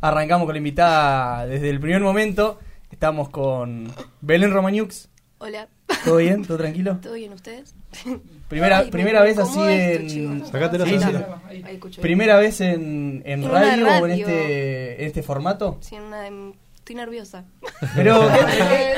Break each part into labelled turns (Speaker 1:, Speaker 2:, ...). Speaker 1: Arrancamos con la invitada desde el primer momento. Estamos con Belén Romaniux.
Speaker 2: Hola,
Speaker 1: ¿Todo bien? ¿Todo tranquilo?
Speaker 2: ¿todo bien ustedes?
Speaker 1: Primera,
Speaker 2: Ay, me
Speaker 1: primera vez así
Speaker 2: incomoda esto,
Speaker 1: en.
Speaker 2: chicos.
Speaker 3: Sacátela,
Speaker 1: Sí, sí.
Speaker 3: sacátela.
Speaker 2: Ahí escucho.
Speaker 1: Primera vez en, en
Speaker 2: En una
Speaker 1: radio, o en
Speaker 2: radio.
Speaker 1: este, en este formato.
Speaker 2: Sí, en una- en- estoy nerviosa.
Speaker 1: Pero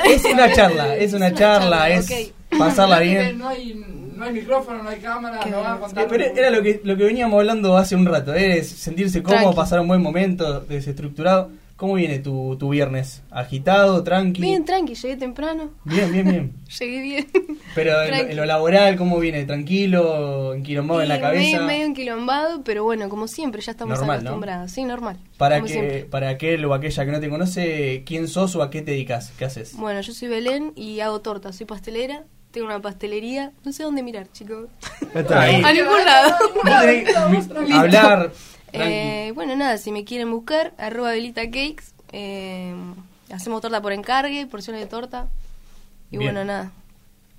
Speaker 1: es una charla, es una
Speaker 2: Es una
Speaker 1: charla,
Speaker 2: charla,
Speaker 1: es
Speaker 2: ok.
Speaker 1: pasarla bien.
Speaker 4: No hay, no hay micrófono, no hay cámara,
Speaker 2: Qué
Speaker 4: no va a
Speaker 2: bueno.
Speaker 4: contar.
Speaker 1: Pero era lo que, lo que veníamos hablando hace un rato, ¿eh? es sentirse cómodo,
Speaker 2: Tranqui.
Speaker 1: pasar un buen momento, desestructurado. ¿Cómo viene tu, tu viernes? ¿Agitado, tranqui?
Speaker 2: Bien, tranqui, llegué temprano.
Speaker 1: bien, bien. bien.
Speaker 2: Llegué bien.
Speaker 1: Pero en, lo-
Speaker 2: Tranqui.
Speaker 1: en lo laboral, ¿cómo viene? ¿Tranquilo? ¿Enquilombado en la
Speaker 2: Y
Speaker 1: cabeza?
Speaker 2: Medio, medio enquilombado, pero bueno, como siempre, ya estamos
Speaker 1: Normal, ¿no?
Speaker 2: acostumbrados. Sí, normal.
Speaker 1: Para,
Speaker 2: como
Speaker 1: que,
Speaker 2: siempre.
Speaker 1: para aquel o aquella que no te conoce, ¿quién sos o a qué te dedicas? ¿Qué haces?
Speaker 2: Bueno, yo soy Belén y hago torta. Soy pastelera, tengo una pastelería. No sé dónde mirar, chicos.
Speaker 3: Está ahí.
Speaker 2: A ningún lado.
Speaker 1: Vos tenés que hablar. tranqui.
Speaker 2: Eh, bueno, nada, si me quieren buscar, arroba Belita Cakes. eh, hacemos torta por encargue, porciones de torta. Y
Speaker 1: Bien. Ah,
Speaker 2: bueno, nada.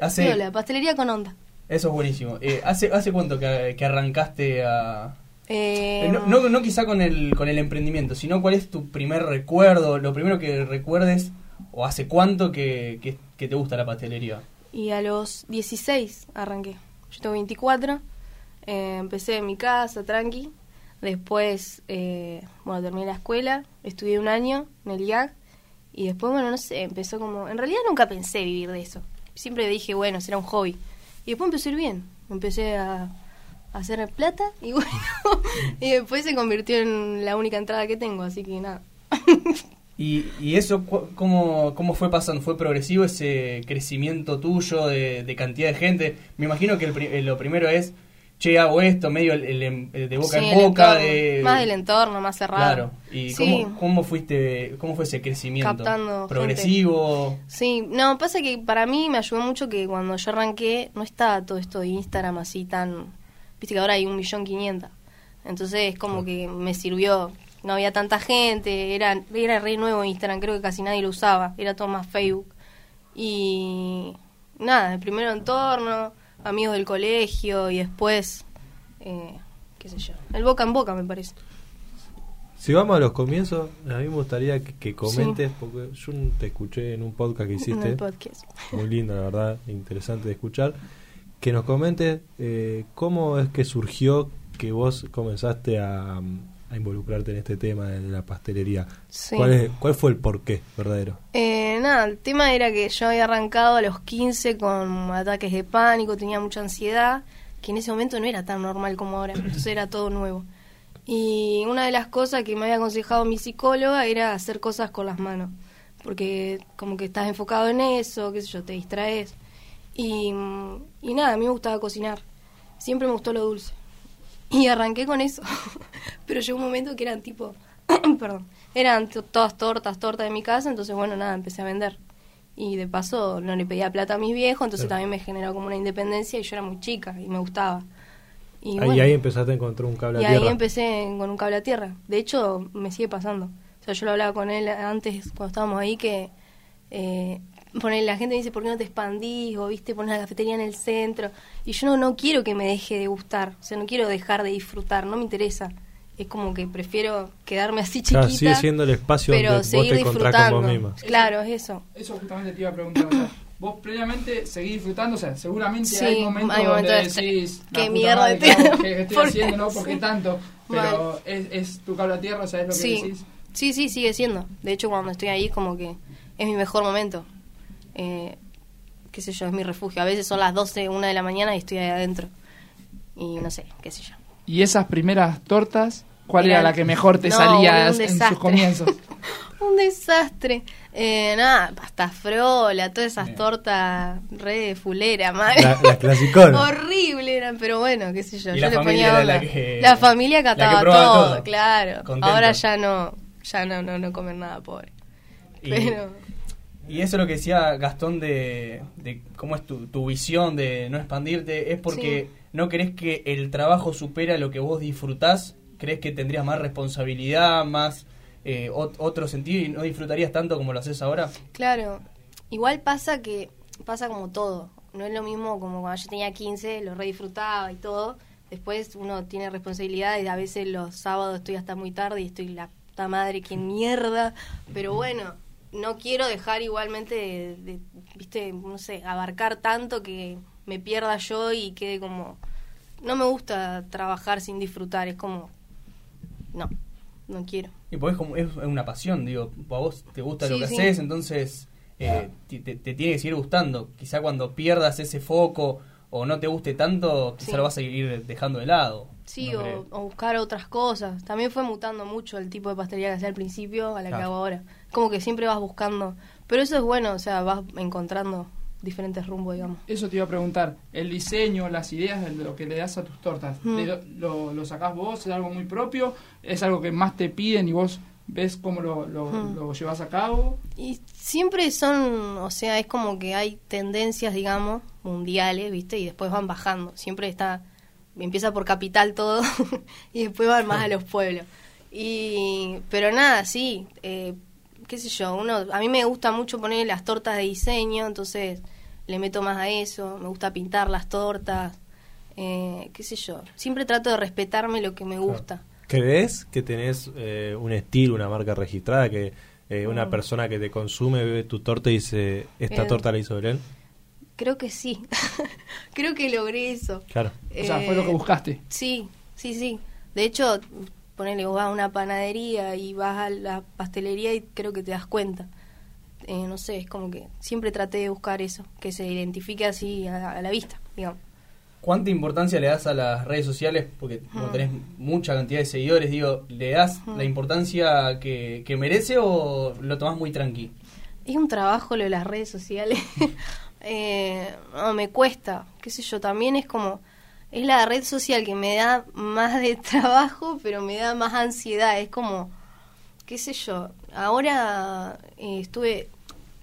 Speaker 1: hace,
Speaker 2: Piola, pastelería con onda.
Speaker 1: eso es buenísimo. Eh, ¿hace, ¿Hace cuánto que, que arrancaste a...?
Speaker 2: Eh,
Speaker 1: Eh, no, no, no quizá con el, con el emprendimiento, sino cuál es tu primer recuerdo, lo primero que recuerdes o hace cuánto que, que- que te gusta la pastelería.
Speaker 2: Y a los 16 arranqué. Yo tengo 24. eh, empecé en mi casa, tranqui. Después, eh, bueno, terminé la escuela, estudié un año en el IAC. Y después, bueno, no sé, empezó como... En realidad nunca pensé vivir de eso. Siempre dije, bueno, será un hobby. Y después empezó a ir bien. Empecé a, a hacer plata y bueno... y después se convirtió en la única entrada que tengo, así que nada.
Speaker 1: Y, y eso, cu- ¿cómo, ¿cómo fue pasando? ¿Fue progresivo ese crecimiento tuyo de, de cantidad de gente? Me imagino que el pri- eh, lo primero es, che, hago esto, medio el- el em- el de boca en
Speaker 2: Sí, el
Speaker 1: boca.
Speaker 2: entorno.
Speaker 1: de-
Speaker 2: Más del entorno, más cerrado.
Speaker 1: Claro. ¿Y
Speaker 2: Sí.
Speaker 1: cómo, cómo fuiste, cómo fue ese crecimiento?
Speaker 2: Captando gente.
Speaker 1: ¿Progresivo?
Speaker 2: Sí, no, pasa que para mí me ayudó mucho que cuando yo arranqué no estaba todo esto de Instagram así tan... Viste que ahora hay un millón quinientas. Entonces como que me sirvió. No había tanta gente, era, era re nuevo Instagram, creo que casi nadie lo usaba. Era todo más Facebook. Y nada, el primero entorno, amigos del colegio y después, eh, qué sé yo, el boca en boca me parece.
Speaker 3: Si vamos a los comienzos, a mí me gustaría que, que comentes, porque yo te escuché en un podcast que
Speaker 2: En
Speaker 3: hiciste,
Speaker 2: el podcast.
Speaker 3: muy lindo, la verdad, interesante de escuchar, que nos comentes eh, cómo es que surgió que vos comenzaste a, a involucrarte en este tema de la pastelería.
Speaker 2: Sí.
Speaker 3: ¿Cuál, es- ¿Cuál fue el porqué verdadero?
Speaker 2: Eh, nada, el tema era que yo había arrancado a los 15 con ataques de pánico, tenía mucha ansiedad, que en ese momento no era tan normal como ahora, entonces era todo nuevo. Y una de las cosas que me había aconsejado mi psicóloga era hacer cosas con las manos, porque como que estás enfocado en eso, qué sé yo, te distraes. Y, mm, y nada, a mí me gustaba cocinar, siempre me gustó lo dulce. Y arranqué con eso. Pero llegó un momento que eran tipo. perdón. Eran to- todas tortas, tortas de mi casa. Entonces, bueno, nada, empecé a vender. Y de paso, no le pedía plata a mis viejos. Entonces
Speaker 3: Claro.
Speaker 2: también me generó como una independencia. Y yo era muy chica y me gustaba. Y
Speaker 3: ahí,
Speaker 2: bueno,
Speaker 3: ahí empezaste a encontrar un cable
Speaker 2: y
Speaker 3: a
Speaker 2: ahí
Speaker 3: tierra.
Speaker 2: empecé en- con un cable a tierra. De hecho, me sigue pasando. O sea, yo lo hablaba con él antes, cuando estábamos ahí, que eh, ponele, la gente me dice, ¿por qué no te expandís? O, viste, pones la cafetería en el centro. Y yo no, no quiero que me deje de gustar. O sea, no quiero dejar de disfrutar. No me interesa. Es como que prefiero quedarme así chiquita.
Speaker 3: Claro, sigue siendo el espacio
Speaker 2: pero
Speaker 3: donde vos
Speaker 2: seguir
Speaker 3: te encontrás
Speaker 2: disfrutando.
Speaker 3: con vos misma.
Speaker 2: Claro, es eso.
Speaker 4: Eso justamente te iba a preguntar. o sea, vos previamente seguís disfrutando, o sea, seguramente
Speaker 2: Sí,
Speaker 4: hay momentos
Speaker 2: hay momentos
Speaker 4: donde
Speaker 2: de-
Speaker 4: decís, la
Speaker 2: qué
Speaker 4: puta
Speaker 2: mierda
Speaker 4: madre,
Speaker 2: estoy-
Speaker 4: ¿qué hago? ¿Qué estoy
Speaker 2: ¿Por qué?
Speaker 4: haciendo? ¿No? ¿Por qué
Speaker 2: Sí.
Speaker 4: tanto?
Speaker 2: Mal.
Speaker 4: Pero es, es tu cable a tierra, o sea, es lo que
Speaker 2: Sí.
Speaker 4: decís.
Speaker 2: Sí, sí, sigue siendo. De hecho, cuando estoy ahí, como que es mi mejor momento. Eh, qué sé yo, es mi refugio. A veces son las 12, 1 de la mañana y estoy ahí adentro. Y no sé, qué sé yo.
Speaker 4: Y esas primeras tortas, ¿cuál
Speaker 2: Eran-
Speaker 4: era la que mejor te
Speaker 2: No,
Speaker 4: salía
Speaker 2: boludo, un
Speaker 4: en
Speaker 2: desastre.
Speaker 4: sus comienzos?
Speaker 2: Un desastre. Eh, nada, pasta frola, todas esas
Speaker 1: Bien.
Speaker 2: tortas re de fulera, mal.
Speaker 3: La, la clasicona.
Speaker 2: Horrible eran, pero bueno, qué sé yo.
Speaker 1: Y
Speaker 2: yo
Speaker 1: la
Speaker 2: le
Speaker 1: familia
Speaker 2: ponía
Speaker 1: era la
Speaker 2: onda.
Speaker 1: que-
Speaker 2: La
Speaker 1: la
Speaker 2: familia
Speaker 1: que
Speaker 2: cataba
Speaker 1: probaba
Speaker 2: todo,
Speaker 1: todo.
Speaker 2: claro.
Speaker 1: Contenta.
Speaker 2: Ahora ya no, ya no, no, no comen nada, pobre.
Speaker 1: Y-
Speaker 2: Pero...
Speaker 1: Y eso es lo que decía Gastón de, de cómo es tu, tu visión de no expandirte, es porque no crees que el trabajo supera lo que vos disfrutás, crees que tendrías más responsabilidad, más eh, ot- otro sentido y no disfrutarías tanto como lo haces ahora.
Speaker 2: Claro, igual pasa que pasa como todo, no es lo mismo como cuando yo tenía 15, lo re disfrutaba y todo, después uno tiene responsabilidades, a veces los sábados estoy hasta muy tarde y estoy la puta madre, qué mierda. Pero bueno, no quiero dejar igualmente de, de, viste, no sé, abarcar tanto que me pierda yo y quede como... No me gusta trabajar sin disfrutar, es como... No, no quiero.
Speaker 1: Y pues es, como, es una pasión, digo, a vos te gusta lo
Speaker 2: Sí,
Speaker 1: que
Speaker 2: sí.
Speaker 1: haces, entonces eh, ti- te, te tiene que seguir gustando. Quizá cuando pierdas ese foco o no te guste tanto, quizá
Speaker 2: Sí.
Speaker 1: lo vas a ir dejando de lado.
Speaker 2: Sí,
Speaker 1: No
Speaker 2: o,
Speaker 1: creo.
Speaker 2: o buscar otras cosas. También fue mutando mucho el tipo de pastelería que hacía al principio a la que
Speaker 1: Claro.
Speaker 2: hago ahora. Como que siempre vas buscando. Pero eso es bueno, o sea, vas encontrando diferentes rumbos, digamos.
Speaker 4: Eso te iba a preguntar, el diseño, las ideas de lo que le das a tus tortas,
Speaker 2: Mm.
Speaker 4: ¿de lo, lo- lo sacás vos? ¿Es algo muy propio? ¿Es algo que más te piden y vos ves cómo lo, lo,
Speaker 2: Mm.
Speaker 4: lo llevas a cabo?
Speaker 2: Y siempre son, o sea, es como que hay tendencias, digamos, mundiales, ¿viste? Y después van bajando. Siempre está, empieza por capital todo y después van más a los pueblos. Y, pero nada, sí, eh, qué sé yo, uno, a mí me gusta mucho poner las tortas de diseño, entonces le meto más a eso, me gusta pintar las tortas, eh, qué sé yo. Siempre trato de respetarme lo que me gusta.
Speaker 3: ¿Crees que tenés eh, un estilo, una marca registrada, que eh, una
Speaker 2: Mm.
Speaker 3: persona que te consume ve tu torta y dice, esta
Speaker 2: Eh.
Speaker 3: torta la hizo Belén?
Speaker 2: Creo que sí, creo que logré eso.
Speaker 3: Claro.
Speaker 4: O sea, fue lo que
Speaker 2: Eh,
Speaker 4: buscaste.
Speaker 2: Sí, sí, sí. De hecho, ponele, vos vas a una panadería y vas a la pastelería y creo que te das cuenta. Eh, no sé, es como que siempre traté de buscar eso, que se identifique así a, a la vista, digamos.
Speaker 1: ¿Cuánta importancia le das a las redes sociales? Porque como
Speaker 2: Mm.
Speaker 1: tenés mucha cantidad de seguidores, digo, ¿le das
Speaker 2: Mm.
Speaker 1: la importancia que, que merece o lo tomás muy tranqui?
Speaker 2: Es un trabajo lo de las redes sociales. Eh, no, me cuesta, qué sé yo, también es como, es la red social que me da más de trabajo, pero me da más ansiedad, es como, qué sé yo, ahora eh, estuve,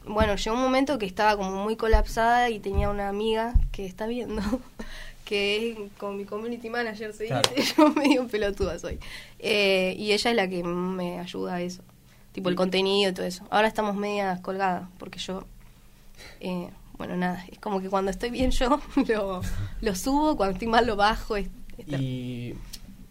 Speaker 2: bueno, llegó un momento que estaba como muy colapsada y tenía una amiga que está viendo, que es con mi community manager, se dice,
Speaker 1: Claro.
Speaker 2: yo medio pelotuda soy, Eh, y ella es la que me ayuda a eso, tipo el contenido y todo eso. Ahora estamos media colgadas, porque yo eh, bueno, nada, es como que cuando estoy bien yo lo, lo subo, cuando estoy mal lo bajo. es- es ter-
Speaker 1: Y,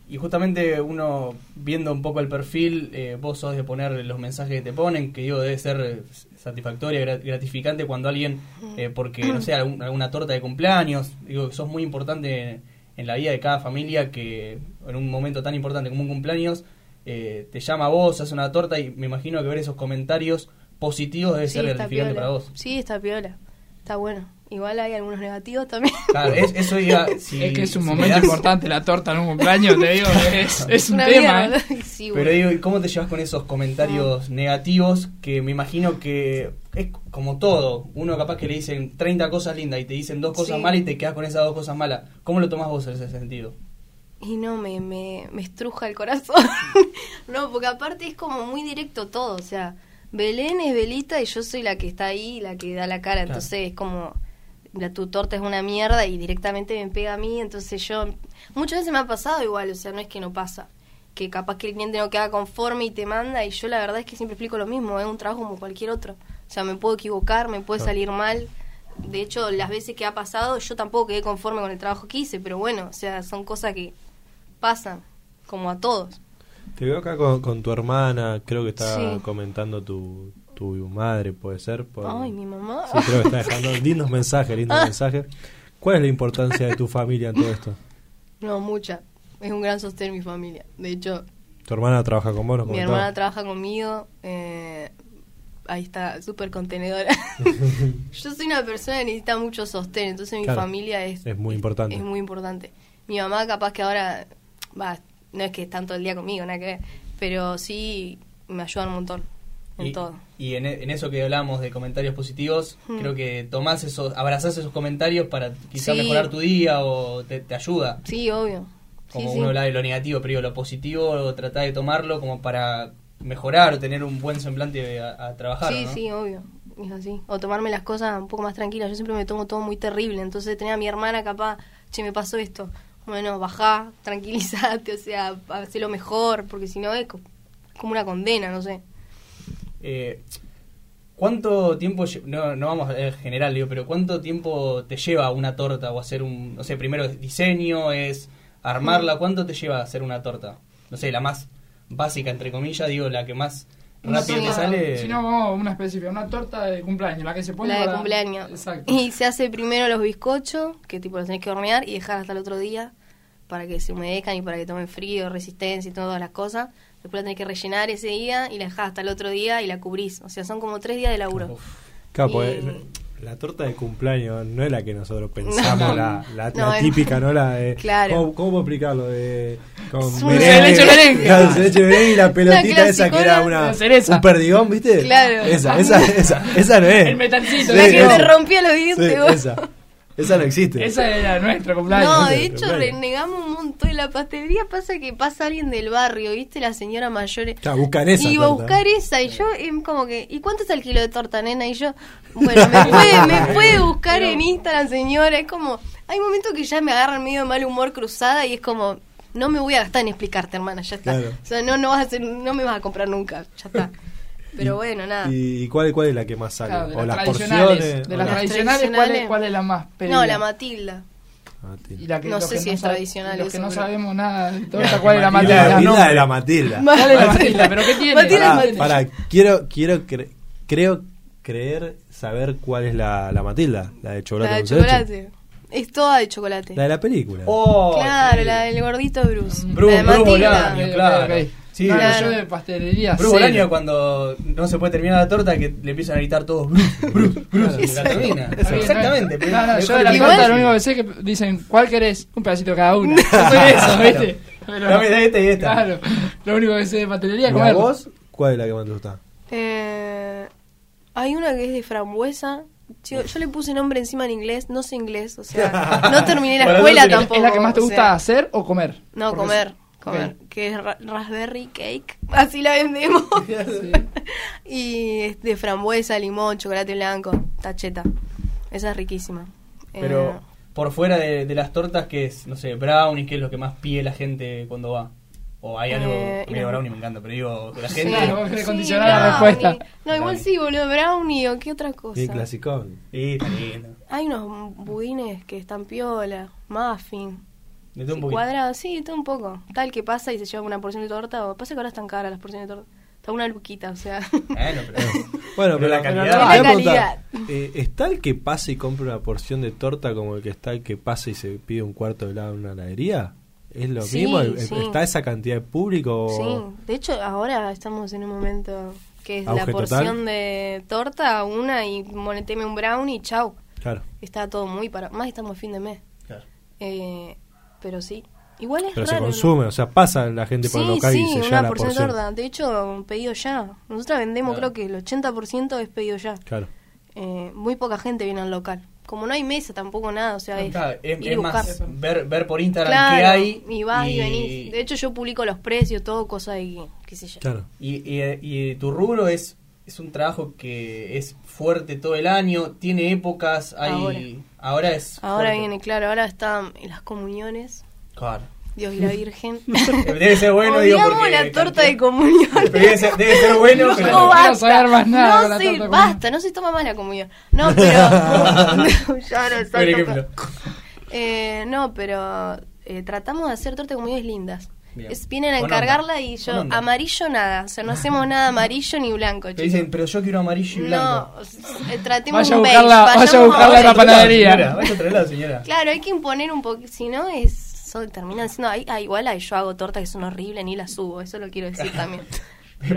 Speaker 1: y justamente uno viendo un poco el perfil, eh, vos sos de poner los mensajes que te ponen, que digo, debe ser eh, satisfactorio, gra- gratificante cuando alguien, eh, porque no sé, algún- alguna torta de cumpleaños, digo, que sos muy importante en, en la vida de cada familia que en un momento tan importante como un cumpleaños, eh, te llama a vos, hace una torta y me imagino que ver esos comentarios positivos debe
Speaker 2: sí,
Speaker 1: ser
Speaker 2: está
Speaker 1: gratificante
Speaker 2: piola.
Speaker 1: para vos.
Speaker 2: Sí, está piola. Está bueno. Igual hay algunos negativos también.
Speaker 1: Claro, es- eso iba- si-
Speaker 4: es que es un
Speaker 1: si le
Speaker 4: momento
Speaker 1: das-
Speaker 4: importante la torta en un cumpleaños, te digo, es, es un
Speaker 2: Una
Speaker 4: tema.
Speaker 2: mierda.
Speaker 4: ¿eh?
Speaker 2: Sí,
Speaker 1: Pero
Speaker 2: bueno. Ah.
Speaker 1: digo, ¿y ¿cómo te llevas con esos comentarios negativos que me imagino que es como todo? Uno capaz que le dicen 30 cosas lindas y te dicen dos cosas
Speaker 2: Sí.
Speaker 1: malas y te quedas con esas dos cosas malas. ¿Cómo lo tomás vos en ese sentido?
Speaker 2: Y no, me, me, me estruja el corazón. no, porque aparte es como muy directo todo. O sea, Belén es Belita y yo soy la que está ahí, la que da la cara.
Speaker 1: Claro.
Speaker 2: Entonces es como, la, tu torta es una mierda y directamente me pega a mí. Entonces yo, muchas veces me ha pasado igual, o sea, no es que no pasa. Que capaz que el cliente no queda conforme y te manda. Y yo la verdad es que siempre explico lo mismo, es un trabajo como cualquier otro. O sea, me puedo equivocar, me puede
Speaker 3: Claro.
Speaker 2: salir mal. De hecho, las veces que ha pasado, yo tampoco quedé conforme con el trabajo que hice, pero bueno, o sea, son cosas que pasan, como a todos.
Speaker 3: Te veo acá con, con tu hermana, creo que está
Speaker 2: Sí.
Speaker 3: comentando tu, tu madre, puede ser. por-
Speaker 2: Ay, mi mamá.
Speaker 3: Sí, creo que está dejando lindos mensajes, lindos
Speaker 2: Ah.
Speaker 3: mensajes. ¿Cuál es la importancia de tu familia en todo esto?
Speaker 2: No, mucha. Es un gran sostén mi familia. De hecho,
Speaker 3: ¿Tu hermana trabaja con vos? nos
Speaker 2: mi
Speaker 3: comentaba?
Speaker 2: hermana trabaja conmigo. eh, ahí está, súper contenedora. Yo soy una persona que necesita mucho sostén, entonces mi
Speaker 3: Claro,
Speaker 2: familia es...
Speaker 3: es muy importante.
Speaker 2: Es muy importante. Mi mamá capaz que ahora, va, no es que están todo el día conmigo, nada que ver, pero sí me ayudan un montón en
Speaker 1: y,
Speaker 2: todo.
Speaker 1: y en, e- en eso que hablamos de comentarios positivos,
Speaker 2: Mm.
Speaker 1: creo que tomás esos, abrazás esos comentarios para quizá
Speaker 2: Sí.
Speaker 1: mejorar tu día o te, te ayuda.
Speaker 2: Sí, obvio. Sí,
Speaker 1: Como
Speaker 2: sí.
Speaker 1: uno habla de lo negativo, pero digo, lo positivo tratá de tomarlo como para mejorar o tener un buen semblante a, a trabajar.
Speaker 2: Sí,
Speaker 1: ¿no?
Speaker 2: sí, obvio. Es así. O tomarme las cosas un poco más tranquilas. Yo siempre me tomo todo muy terrible. Entonces tenía a mi hermana capaz, che, me pasó esto. Bueno, bajá, tranquilízate, o sea, hacelo mejor, porque si no es co- como una condena, no sé.
Speaker 1: Eh, ¿Cuánto tiempo, lle- no, no vamos a ver general, digo, pero cuánto tiempo te lleva una torta o hacer un, no sé, primero es diseño, es armarla, ¿cuánto te lleva hacer una torta? No sé, la más básica, entre comillas, digo, la que más
Speaker 4: Una
Speaker 1: rápido te
Speaker 4: torta,
Speaker 1: sale.
Speaker 4: Si no, vamos una específica, una torta de cumpleaños, la que se pone
Speaker 2: La de
Speaker 4: para-
Speaker 2: cumpleaños.
Speaker 4: Exacto.
Speaker 2: Y se hace primero los bizcochos, que tipo los tenés que hornear y dejar hasta el otro día para que se humedezcan y para que tomen frío, resistencia y todas las cosas. Después la tenés que rellenar ese día y la dejás hasta el otro día y la cubrís. O sea, son como tres días de laburo.
Speaker 1: Uf.
Speaker 3: Claro,
Speaker 2: Y-
Speaker 3: porque la torta de cumpleaños no es la que nosotros pensamos,
Speaker 2: No.
Speaker 3: la, la-
Speaker 2: No,
Speaker 3: la
Speaker 2: es-
Speaker 3: típica, ¿no? La de,
Speaker 2: Claro.
Speaker 3: ¿cómo, ¿Cómo puedo explicarlo? De, con
Speaker 2: Es un
Speaker 3: merengue.
Speaker 4: dulce de leche merengue.
Speaker 3: Claro, dulce de leche merengue y la pelotita esa que era
Speaker 2: clasicona.
Speaker 3: una,
Speaker 4: La cereza.
Speaker 3: un perdigón, ¿viste?
Speaker 2: Claro.
Speaker 3: Esa, esa, esa, esa no es.
Speaker 4: El metalcito,
Speaker 3: Sí,
Speaker 2: la que
Speaker 3: esa.
Speaker 2: te rompía los dientes.
Speaker 3: Sí,
Speaker 2: vos.
Speaker 3: esa. Esa no existe.
Speaker 4: Esa era nuestra cumpleaños.
Speaker 2: No, de
Speaker 3: ese es el
Speaker 2: hecho
Speaker 3: problema.
Speaker 2: renegamos un montón. La pastelería pasa que pasa alguien del barrio, ¿viste? La señora mayor. eh,
Speaker 3: Claro, buscan esa
Speaker 2: Y iba a
Speaker 3: torta.
Speaker 2: buscar esa. Y yo, em, como que, ¿y cuánto está el kilo de torta, nena? Y yo, bueno, me puede, me puede buscar en Instagram, señora. Es como, hay momentos que ya me agarran medio de mal humor cruzada y es como, no me voy a gastar en explicarte, hermana, ya está.
Speaker 3: Claro.
Speaker 2: O sea, no, no, vas a hacer- no me vas a comprar nunca, ya está. Pero bueno, nada.
Speaker 3: ¿Y cuál, cuál es la que más sale?
Speaker 4: Claro, de
Speaker 3: o
Speaker 4: las
Speaker 3: las
Speaker 4: tradicionales,
Speaker 3: porciones.
Speaker 4: De
Speaker 3: o
Speaker 4: las,
Speaker 2: Las
Speaker 4: tradicionales, ¿cuál es,
Speaker 2: tradicionales.
Speaker 4: cuál es la más pedida?
Speaker 2: No, la Matilda.
Speaker 3: Ah,
Speaker 4: Y
Speaker 3: tiene.
Speaker 4: la que-
Speaker 2: No
Speaker 4: los
Speaker 2: sé
Speaker 4: que
Speaker 2: si es
Speaker 4: sabe-
Speaker 2: tradicional
Speaker 4: Los
Speaker 2: eso,
Speaker 4: que no
Speaker 2: pero-
Speaker 4: sabemos nada de todo,
Speaker 1: La
Speaker 4: ¿cuál es la
Speaker 1: Matilda.
Speaker 4: Matilda?
Speaker 3: La
Speaker 4: No,
Speaker 3: Matilda de la Matilda.
Speaker 4: ¿Cuál es la Matilda? ¿Pero qué tiene?
Speaker 2: Matilda
Speaker 4: Pará,
Speaker 2: de
Speaker 3: Pará,
Speaker 2: Matilda.
Speaker 4: pará.
Speaker 3: pará, quiero, quiero cre- creo creer saber cuál es la, la Matilda, la de chocolate.
Speaker 2: La de
Speaker 3: con dulce leche.
Speaker 2: chocolate. Es toda de chocolate.
Speaker 3: La de la película.
Speaker 1: Oh,
Speaker 2: claro,
Speaker 1: sí.
Speaker 2: la del gordito Bruce.
Speaker 1: Bruce- Bruce
Speaker 2: la de Matilda.
Speaker 1: Bolaño. claro.
Speaker 4: Ok, ok.
Speaker 1: Sí,
Speaker 4: No, no,
Speaker 2: claro.
Speaker 4: yo de pastelería.
Speaker 1: Bruce
Speaker 4: cero.
Speaker 1: Bolaño cuando no se puede terminar la torta que le empiezan a gritar todos Bruce, Bruce, Bruce, y la termina.
Speaker 4: Está bien,
Speaker 1: Exactamente.
Speaker 4: no, no, yo de la
Speaker 2: Igual-
Speaker 4: torta lo único que sé es que dicen, ¿cuál querés? Un pedacito cada uno. Yo soy eso, ¿viste? Pero-
Speaker 1: Dame de esta y de esta.
Speaker 4: Claro, lo único que sé de pastelería es
Speaker 3: ¿Y a
Speaker 4: comer.
Speaker 3: vos? ¿Cuál es la que más te gusta?
Speaker 2: Eh, hay una que es de frambuesa. Yo, yo le puse nombre encima en inglés, no sé inglés, o sea, no terminé la
Speaker 1: Para
Speaker 2: escuela
Speaker 1: dónde-
Speaker 2: tampoco.
Speaker 4: ¿Es la que más te
Speaker 2: o
Speaker 4: gusta
Speaker 2: sea,
Speaker 4: hacer o comer?
Speaker 2: no,
Speaker 4: Porque
Speaker 2: comer,
Speaker 4: es-
Speaker 2: comer, que es ra- raspberry cake, así la vendemos.
Speaker 4: Ok, sí.
Speaker 2: y es de frambuesa, limón, chocolate blanco, tacheta. Esa es riquísima. Eh,
Speaker 1: Pero por fuera de, de las tortas, ¿qué es? No sé, brownie, ¿qué es lo que más pide la gente cuando va? O hay algo.
Speaker 2: Eh,
Speaker 1: mira,
Speaker 2: no.
Speaker 1: brownie me encanta, pero digo, la
Speaker 2: Eh, sí.
Speaker 1: gente.
Speaker 4: Claro, vos querés condicionar la
Speaker 2: brownie.
Speaker 4: respuesta.
Speaker 2: No, igual
Speaker 1: Brownie.
Speaker 2: sí, boludo, brownie o qué otra cosa.
Speaker 3: Bien clasicón.
Speaker 1: Sí, está lindo.
Speaker 2: Hay unos budines que están piola, muffin.
Speaker 1: De todo un
Speaker 2: Sí,
Speaker 1: poquito.
Speaker 2: cuadrado, sí, todo un poco. Tal que pasa y se lleva una porción de torta. O pasa que ahora están caras las porciones de torta. Está una luquita, o sea.
Speaker 1: Bueno, pero.
Speaker 2: Eh.
Speaker 1: Pero
Speaker 3: Bueno, pero
Speaker 1: la
Speaker 3: pero
Speaker 1: calidad.
Speaker 3: te voy a
Speaker 2: La
Speaker 3: preguntar, eh, ¿Está el que pasa y compra una porción de torta como el que está el que pasa y se pide un cuarto de helado en una heladería? ¿Es lo
Speaker 2: Sí,
Speaker 3: mismo? ¿El-
Speaker 2: sí.
Speaker 3: ¿Está esa cantidad de público?
Speaker 2: Sí, de hecho, ahora estamos en un momento que es la
Speaker 3: Auge
Speaker 2: porción
Speaker 3: total.
Speaker 2: de torta, una y moneteme un brownie y chau.
Speaker 3: Claro.
Speaker 2: Está todo muy para. Más estamos fin de mes.
Speaker 1: Claro.
Speaker 2: Eh, pero sí. Igual es
Speaker 3: Pero se
Speaker 2: raro. ¿no?
Speaker 3: consume, o sea, pasa la gente por el
Speaker 2: Sí,
Speaker 3: local
Speaker 2: sí,
Speaker 3: y se lleva
Speaker 2: una
Speaker 3: la
Speaker 2: porción de
Speaker 3: porción.
Speaker 2: torta. De hecho, pedido ya. Nosotros vendemos,
Speaker 1: Claro.
Speaker 2: creo que el 80% es pedido ya.
Speaker 3: Claro.
Speaker 2: Eh, muy poca gente viene al local. Como no hay mesa tampoco nada, o sea,
Speaker 1: No,
Speaker 2: es,
Speaker 1: claro, es,
Speaker 2: ir
Speaker 1: es
Speaker 2: a buscar.
Speaker 1: más ver, ver por Instagram qué
Speaker 2: Claro,
Speaker 1: hay.
Speaker 2: y vas y, venís. De hecho, yo publico los precios, todo, cosa de que- qué sé yo.
Speaker 3: Claro.
Speaker 1: Y, y- y tu rubro es, es un trabajo que es fuerte todo el año, tiene épocas, hay... Ahora,
Speaker 2: Ahora.
Speaker 1: es...
Speaker 2: Ahora
Speaker 1: fuerte.
Speaker 2: viene, claro, ahora están en las comuniones,
Speaker 1: Claro.
Speaker 2: Dios y la Virgen.
Speaker 1: Debe ser bueno, digo,
Speaker 2: Odiamos
Speaker 1: porque...
Speaker 2: la torta de
Speaker 1: cantidad-
Speaker 2: comunión.
Speaker 1: Pero debe, ser, debe ser bueno,
Speaker 2: No,
Speaker 1: pero...
Speaker 4: quiero
Speaker 2: basta.
Speaker 4: saber más nada con
Speaker 2: no,
Speaker 4: la torta de
Speaker 2: sí,
Speaker 4: comunión.
Speaker 2: basta, no se toma más la comunión. No, pero. yo ahora
Speaker 1: Por
Speaker 2: salto
Speaker 1: ejemplo.
Speaker 2: con- Eh, no, pero eh, tratamos de hacer torta de comuniones lindas.
Speaker 1: Bien.
Speaker 2: Es- vienen a
Speaker 1: Con
Speaker 2: encargarla
Speaker 1: onda.
Speaker 2: y
Speaker 1: Con
Speaker 2: yo,
Speaker 1: onda.
Speaker 2: amarillo nada. O sea, no hacemos nada amarillo ni blanco,
Speaker 1: Te
Speaker 2: chicos.
Speaker 1: dicen, pero yo quiero amarillo y
Speaker 2: no,
Speaker 1: blanco.
Speaker 2: o sea, eh, tratemos
Speaker 4: Vaya a
Speaker 2: un beige.
Speaker 4: buscarla, vaya a
Speaker 2: vayamos
Speaker 4: buscarla
Speaker 2: un
Speaker 4: en la
Speaker 2: beige.
Speaker 4: panadería.
Speaker 1: Señora, vaya a otro lado, señora.
Speaker 2: Claro, hay que imponer un poco, si no es son- terminan siendo ahí, ah, igual ahí yo hago tortas que son horribles ni las subo, eso lo quiero decir también. Pero,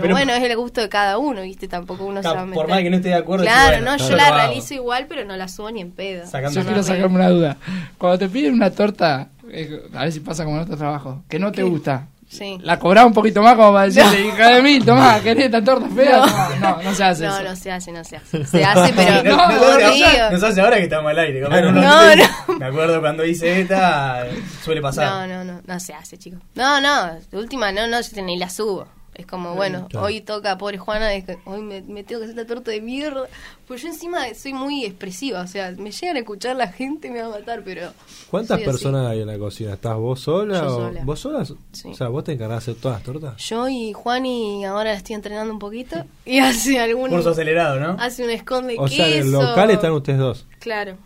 Speaker 1: Pero-
Speaker 2: bueno, es el gusto de cada uno, ¿viste? Tampoco uno se va a
Speaker 1: Claro,
Speaker 2: meter.
Speaker 1: por más que no esté de acuerdo.
Speaker 2: Claro,
Speaker 1: decís,
Speaker 2: no,
Speaker 1: bueno,
Speaker 2: yo
Speaker 1: lo
Speaker 2: la
Speaker 1: hago.
Speaker 2: realizo igual, pero no la subo ni en pedo.
Speaker 1: Sacando-
Speaker 4: Yo
Speaker 1: Una
Speaker 4: quiero
Speaker 1: regla.
Speaker 4: sacarme una duda. Cuando te piden una torta, eh, a ver si pasa como en otro trabajo, que no te
Speaker 2: ¿Qué?
Speaker 4: gusta,
Speaker 2: Sí.
Speaker 4: la cobrás un poquito más como para decirle, hija de mil, tomá, ¿querés esta torta fea? No, no, no, se hace
Speaker 2: no,
Speaker 4: eso.
Speaker 2: no se hace, no se hace. Se hace, pero
Speaker 1: No,
Speaker 2: no,
Speaker 1: nos, hace,
Speaker 2: aburrido.
Speaker 1: nos hace ahora que estamos al aire. capaz
Speaker 2: No,
Speaker 1: nos- Me acuerdo cuando hice esta, suele
Speaker 2: No,
Speaker 1: pasar.
Speaker 2: no, no, no se hace, chicos. No, no, de última, no, no, yo ni la subo. Es como, bueno,
Speaker 3: claro.
Speaker 2: hoy toca, pobre Juana, es que hoy me, me tengo que hacer la torta de mierda. Pues yo encima soy muy expresiva, o sea, me llegan a escuchar la gente, me va a matar, pero...
Speaker 3: ¿Cuántas
Speaker 2: soy así.
Speaker 3: personas hay en la cocina? ¿Estás vos sola?
Speaker 2: Yo
Speaker 3: o-
Speaker 2: sola.
Speaker 3: ¿Vos sola?
Speaker 2: Sí.
Speaker 3: O sea, ¿vos te encargás de hacer todas las tortas?
Speaker 2: Yo y Juan y ahora la estoy entrenando un poquito y hace algún...
Speaker 1: Curso acelerado, ¿no?
Speaker 2: Hace un esconde de
Speaker 3: O sea, en el
Speaker 2: queso.
Speaker 3: local están ustedes dos.
Speaker 2: Claro.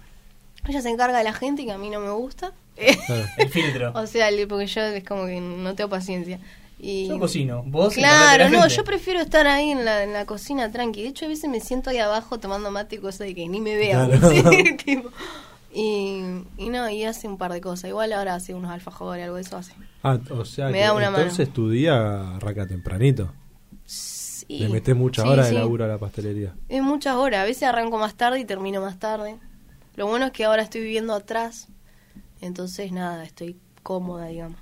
Speaker 2: Ella se encarga de la gente que a mí no me gusta.
Speaker 3: Claro.
Speaker 1: El filtro.
Speaker 2: O sea, le- porque yo es como que no tengo paciencia. Y...
Speaker 1: Yo cocino, vos y
Speaker 2: Claro,
Speaker 1: hablate a la
Speaker 2: no,
Speaker 1: gente.
Speaker 2: yo prefiero estar ahí en la, en la cocina tranqui. De hecho, a veces me siento ahí abajo tomando mate y cosas de que ni me vean.
Speaker 3: Claro.
Speaker 2: ¿sí? Tipo, y, y no, y hace un par de cosas. Igual ahora hace unos alfajores, algo de eso hace.
Speaker 3: Ah, o sea,
Speaker 2: Me
Speaker 3: que
Speaker 2: da una mano.
Speaker 3: entonces tu día arranca tempranito.
Speaker 2: Sí.
Speaker 3: Le metes muchas
Speaker 2: Sí,
Speaker 3: horas de
Speaker 2: sí.
Speaker 3: laburo a la pastelería.
Speaker 2: Es muchas horas. A veces arranco más tarde y termino más tarde. Lo bueno es que ahora estoy viviendo atrás. Entonces, nada, estoy cómoda, digamos.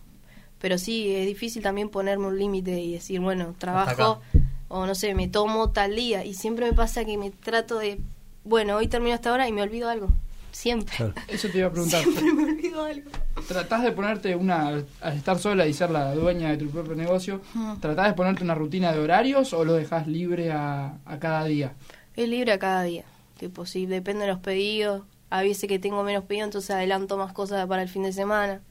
Speaker 2: Pero sí, es difícil también ponerme un límite y decir, bueno, trabajo o no sé, me tomo tal día. Y siempre me pasa que me trato de, bueno, hoy termino hasta ahora y me olvido algo. Siempre.
Speaker 3: Claro.
Speaker 4: Eso te iba a preguntar.
Speaker 2: Siempre me olvido algo.
Speaker 4: ¿Tratás de ponerte una, al estar sola y ser la dueña de tu propio negocio,
Speaker 2: Mm.
Speaker 4: ¿tratás de ponerte una rutina de horarios o lo dejás libre a, a cada día?
Speaker 2: Es libre a cada día. Tipo, sí, depende de los pedidos. A veces que tengo menos pedidos, entonces adelanto más cosas para el fin de semana.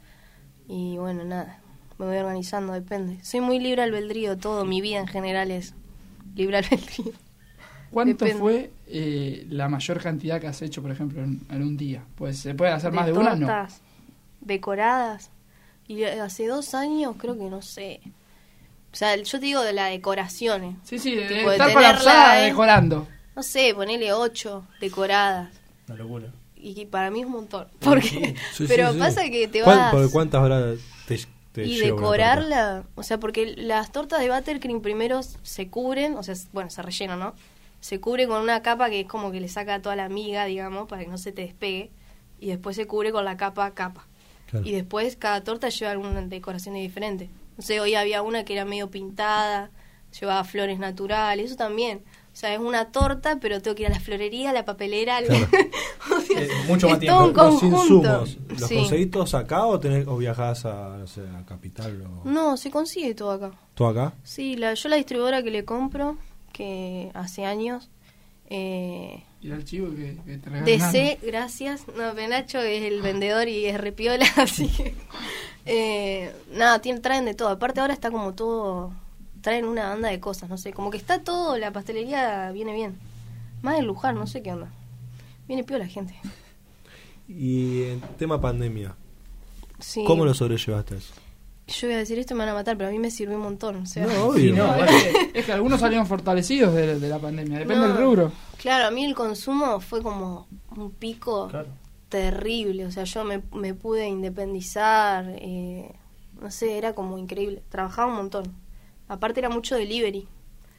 Speaker 2: Y bueno, nada. Me voy organizando, depende. Soy muy libre albedrío, todo. Mi vida en general es libre albedrío.
Speaker 4: ¿Cuánto
Speaker 2: Depende.
Speaker 4: fue eh, la mayor cantidad que has hecho, por ejemplo, en, en un día? Pues se puede hacer más de, una, no.
Speaker 2: tortas decoradas. Y eh, hace dos años creo que no sé. O sea, yo te digo de las decoraciones.
Speaker 4: Sí, sí, de- de
Speaker 2: Tipo de
Speaker 4: estar
Speaker 2: tenerla,
Speaker 4: colapsada
Speaker 2: eh.
Speaker 4: decorando.
Speaker 2: No sé, ponele ocho decoradas.
Speaker 1: Una locura.
Speaker 2: Y que para mí es un montón. Porque,
Speaker 3: Sí, sí,
Speaker 2: pero
Speaker 3: sí.
Speaker 2: pasa que te
Speaker 3: ¿Cuán-
Speaker 2: vas...
Speaker 3: por ¿Cuántas horas te, te
Speaker 2: y
Speaker 3: lleva una torta?
Speaker 2: decorarla, o sea, porque las tortas de buttercream primero se cubren, o sea, s- bueno, se rellenan, ¿no? Se cubre con una capa que es como que le saca toda la miga, digamos, para que no se te despegue, y después se cubre con la capa a capa.
Speaker 3: Claro.
Speaker 2: Y después cada torta lleva alguna decoración diferente. No sé, hoy había una que era medio pintada, llevaba flores naturales, eso también. O sea, es una torta, pero tengo que ir a la florería, a la papelera, algo. O sea,
Speaker 1: Eh, mucho más
Speaker 2: es todo un
Speaker 1: tiempo.
Speaker 3: Los
Speaker 2: conjunto.
Speaker 3: insumos, ¿los
Speaker 2: Sí.
Speaker 3: conseguís todos acá o, tenés, o viajás a, no sé, a Capital? O,
Speaker 2: No, se consigue todo acá.
Speaker 3: ¿Tú acá?
Speaker 2: Sí, la, yo la distribuidora que le compro, que hace años, eh,
Speaker 4: Y el archivo que, que te regalan.
Speaker 2: DC, gracias, no, pero Nacho es el vendedor y es repiola, así que... eh, nada, tiene, traen de todo, aparte ahora está como todo, traen una banda de cosas, no sé, como que está todo, la pastelería viene bien. Más el Luján, no sé qué onda. Viene piola la gente.
Speaker 3: Y en tema pandemia,
Speaker 2: Sí.
Speaker 3: ¿cómo lo sobrellevaste eso?
Speaker 2: Yo voy a decir esto y me van a matar, pero a mí me sirvió un montón. O sea,
Speaker 3: No,
Speaker 1: Sí,
Speaker 3: obvio.
Speaker 1: no,
Speaker 4: No, es, que, es que algunos salieron fortalecidos de, de la pandemia,
Speaker 2: No.
Speaker 4: depende del rubro.
Speaker 2: Claro, a mí el consumo fue como un pico
Speaker 1: Claro.
Speaker 2: terrible. O sea, yo me, me pude independizar. eh, no sé, era como increíble. Trabajaba un montón. Aparte era mucho delivery.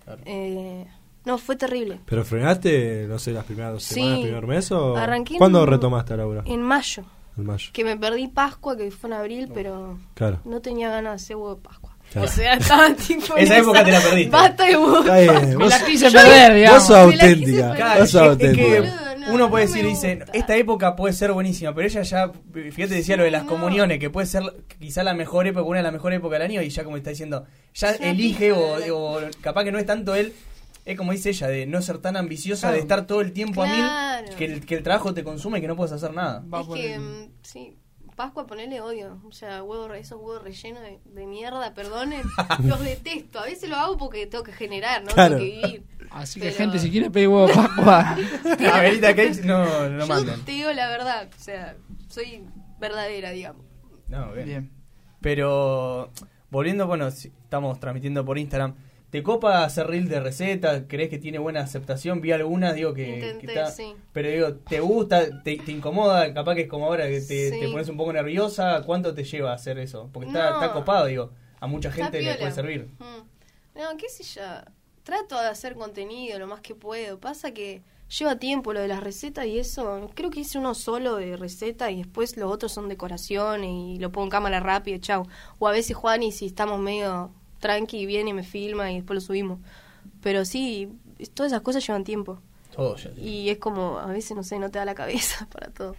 Speaker 1: Claro.
Speaker 2: Eh, no, fue terrible.
Speaker 3: ¿Pero frenaste, no sé, las primeras dos
Speaker 2: Sí.
Speaker 3: semanas, el primer mes? O...
Speaker 2: Arranqué en-
Speaker 3: ¿Cuándo retomaste, Laura?
Speaker 2: En mayo,
Speaker 3: En mayo.
Speaker 2: que me perdí Pascua, que fue en abril, pero
Speaker 3: Claro.
Speaker 2: no tenía ganas de hacer huevo de Pascua.
Speaker 3: Claro.
Speaker 2: O sea, estaba tipo... en
Speaker 1: Esa época te la perdiste.
Speaker 2: Basta de huevo. de
Speaker 3: Está bien,
Speaker 4: Me
Speaker 3: Eh, vos,
Speaker 4: la quise
Speaker 2: yo-
Speaker 4: perder, digamos.
Speaker 3: vos sos
Speaker 2: Me la quise
Speaker 3: auténtica.
Speaker 2: perder.
Speaker 1: Claro,
Speaker 3: Vos
Speaker 1: es,
Speaker 3: sos
Speaker 1: es que
Speaker 3: auténtica.
Speaker 2: Boludo, no,
Speaker 1: uno puede
Speaker 2: no
Speaker 1: decir,
Speaker 2: me
Speaker 1: dice,
Speaker 2: gusta.
Speaker 1: esta época puede ser buenísima, pero ella ya, fíjate, decía lo de las
Speaker 2: no.
Speaker 1: comuniones, que puede ser quizá la mejor época, una de las mejores épocas del año, y ya como está diciendo, ya
Speaker 2: Ya
Speaker 1: elige o,
Speaker 2: dije.
Speaker 1: o capaz que no es tanto él, es como dice ella, de no ser tan ambiciosa,
Speaker 4: Claro.
Speaker 1: de estar todo el tiempo a
Speaker 2: Claro.
Speaker 1: mil, que el, que el trabajo te consume y que no puedes hacer nada.
Speaker 4: Va
Speaker 2: es
Speaker 4: por
Speaker 2: que,
Speaker 4: el-
Speaker 2: mm, sí, Pascua ponele odio. O sea, huevo, re- esos huevos rellenos de, de mierda, perdonen. los detesto. A veces lo hago porque tengo que generar, ¿no?
Speaker 3: Claro.
Speaker 2: Tengo que vivir.
Speaker 4: Así que,
Speaker 2: Pero-
Speaker 4: gente, si quiere pedir huevo de Pascua,
Speaker 1: A Verita Cakes no, no
Speaker 2: Yo
Speaker 1: mandan.
Speaker 2: te digo la verdad. O sea, soy verdadera, digamos.
Speaker 1: No, bien.
Speaker 4: bien.
Speaker 1: Pero volviendo, bueno, si- estamos transmitiendo por Instagram. ¿Te copa hacer reel de receta? ¿Crees que tiene buena aceptación? Vi algunas, digo que,
Speaker 2: Intenté,
Speaker 1: que está-
Speaker 2: sí.
Speaker 1: Pero digo, ¿te gusta? Te, te incomoda? Capaz que es como ahora que te,
Speaker 2: Sí.
Speaker 1: te pones un poco nerviosa. ¿Cuánto te lleva a hacer eso? Porque está,
Speaker 2: No.
Speaker 1: está copado, digo. A mucha
Speaker 2: Está
Speaker 1: gente le
Speaker 2: piola.
Speaker 1: puede servir.
Speaker 2: Mm. No, qué sé yo. Trato de hacer contenido lo más que puedo. Pasa que lleva tiempo lo de las recetas y eso. Creo que hice uno solo de receta y después los otros son decoraciones y lo pongo en cámara rápido, chau. O a veces Juan y si estamos medio tranqui viene y me filma y después lo subimos. Pero sí, es- todas esas cosas llevan tiempo.
Speaker 1: Todo ya. Y,
Speaker 2: Y es como, a veces, no sé, no te da la cabeza para todo.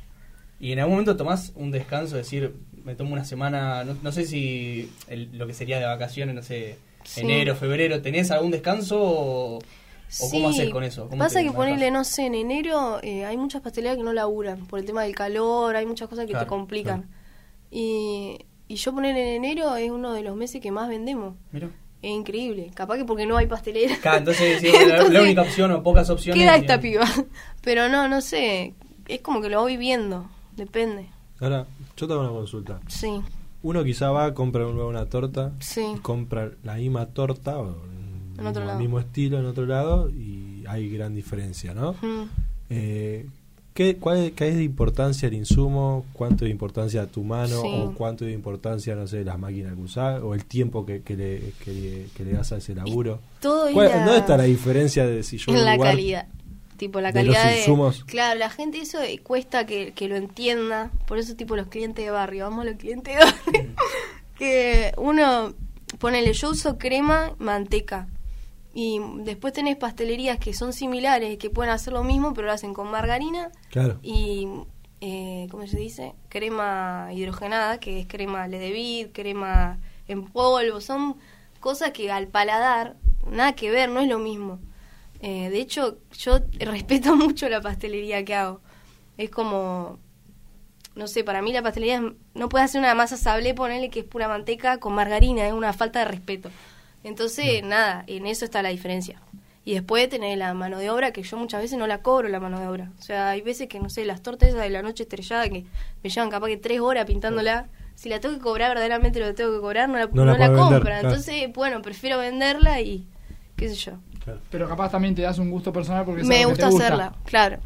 Speaker 1: en algún momento tomás un descanso, decir, me tomo una semana, no, no sé si el- lo que sería de vacaciones, no sé,
Speaker 2: Sí.
Speaker 1: enero, febrero, ¿tenés algún descanso o, o cómo haces con eso? ¿Cómo
Speaker 2: Pasa
Speaker 1: te
Speaker 2: que
Speaker 1: manejas?
Speaker 2: ponerle, no sé, en enero eh, hay muchas pastelerías que no laburan por el tema del calor, hay muchas cosas que
Speaker 1: Claro,
Speaker 2: te complican. Y, y yo poner en enero es uno de los meses que más vendemos.
Speaker 1: Mirá.
Speaker 2: Es increíble. Capaz que porque no hay pasteleras.
Speaker 1: Claro, entonces, sí, la- la
Speaker 2: Entonces,
Speaker 1: única opción o pocas opciones.
Speaker 2: Queda esta
Speaker 1: digamos.
Speaker 2: piba. Pero no, no sé. Es como que lo voy viendo. Depende.
Speaker 3: Ahora, yo te hago una consulta.
Speaker 2: Sí.
Speaker 3: uno quizá va, compra de nuevo una torta,
Speaker 2: Sí.
Speaker 3: compra la misma torta o
Speaker 2: En
Speaker 3: el
Speaker 2: otro
Speaker 3: mismo,
Speaker 2: lado.
Speaker 3: mismo estilo en otro lado y hay gran diferencia, ¿no?
Speaker 2: Mm.
Speaker 3: Eh, ¿qué, cuál, ¿Qué es de importancia el insumo? ¿Cuánto de importancia tu mano?
Speaker 2: Sí.
Speaker 3: ¿O cuánto de importancia, no sé, las máquinas que usás? ¿O el tiempo que, que le, que, le- que le das a ese laburo?
Speaker 2: Todo
Speaker 3: ¿Cuál-
Speaker 2: era-
Speaker 3: ¿Dónde está la diferencia de si yo voy a
Speaker 2: en
Speaker 3: un
Speaker 2: la
Speaker 3: lugar-
Speaker 2: calidad. Tipo, la
Speaker 3: de los
Speaker 2: calidad de,
Speaker 3: insumos.
Speaker 2: Claro, la gente eso eh, cuesta que, que lo entienda. Por eso, tipo, los clientes de barrio. Vamos a los clientes de barrio.
Speaker 3: Mm.
Speaker 2: que uno, ponele, yo uso crema, manteca. Y después tenés pastelerías que son similares, que pueden hacer lo mismo, pero lo hacen con margarina
Speaker 3: Claro.
Speaker 2: y, eh, ¿cómo se dice? Crema hidrogenada, que es crema ledevit, crema en polvo, son cosas que al paladar, nada que ver, no es lo mismo. Eh, de hecho, yo respeto mucho la pastelería que hago. Es como, no sé, para mí la pastelería es- no puede hacer una masa sablé, ponerle que es pura manteca con margarina, es una falta de respeto. Entonces, nada, en eso está la diferencia. Y después tener la mano de obra, que yo muchas veces no la cobro la mano de obra. O sea, hay veces que, no sé, las tortas esas de la noche estrellada que me llevan capaz que tres horas pintándola. Si la tengo que cobrar, verdaderamente lo que tengo que cobrar, no la,
Speaker 3: No la
Speaker 2: no la
Speaker 3: puedo
Speaker 2: compra.
Speaker 3: vender, claro.
Speaker 2: Entonces, bueno, prefiero venderla y qué sé yo.
Speaker 3: claro.
Speaker 4: Pero capaz también te das un gusto personal porque es
Speaker 2: Me
Speaker 4: algo que te
Speaker 2: gusta
Speaker 4: gusta.
Speaker 2: hacerla, claro.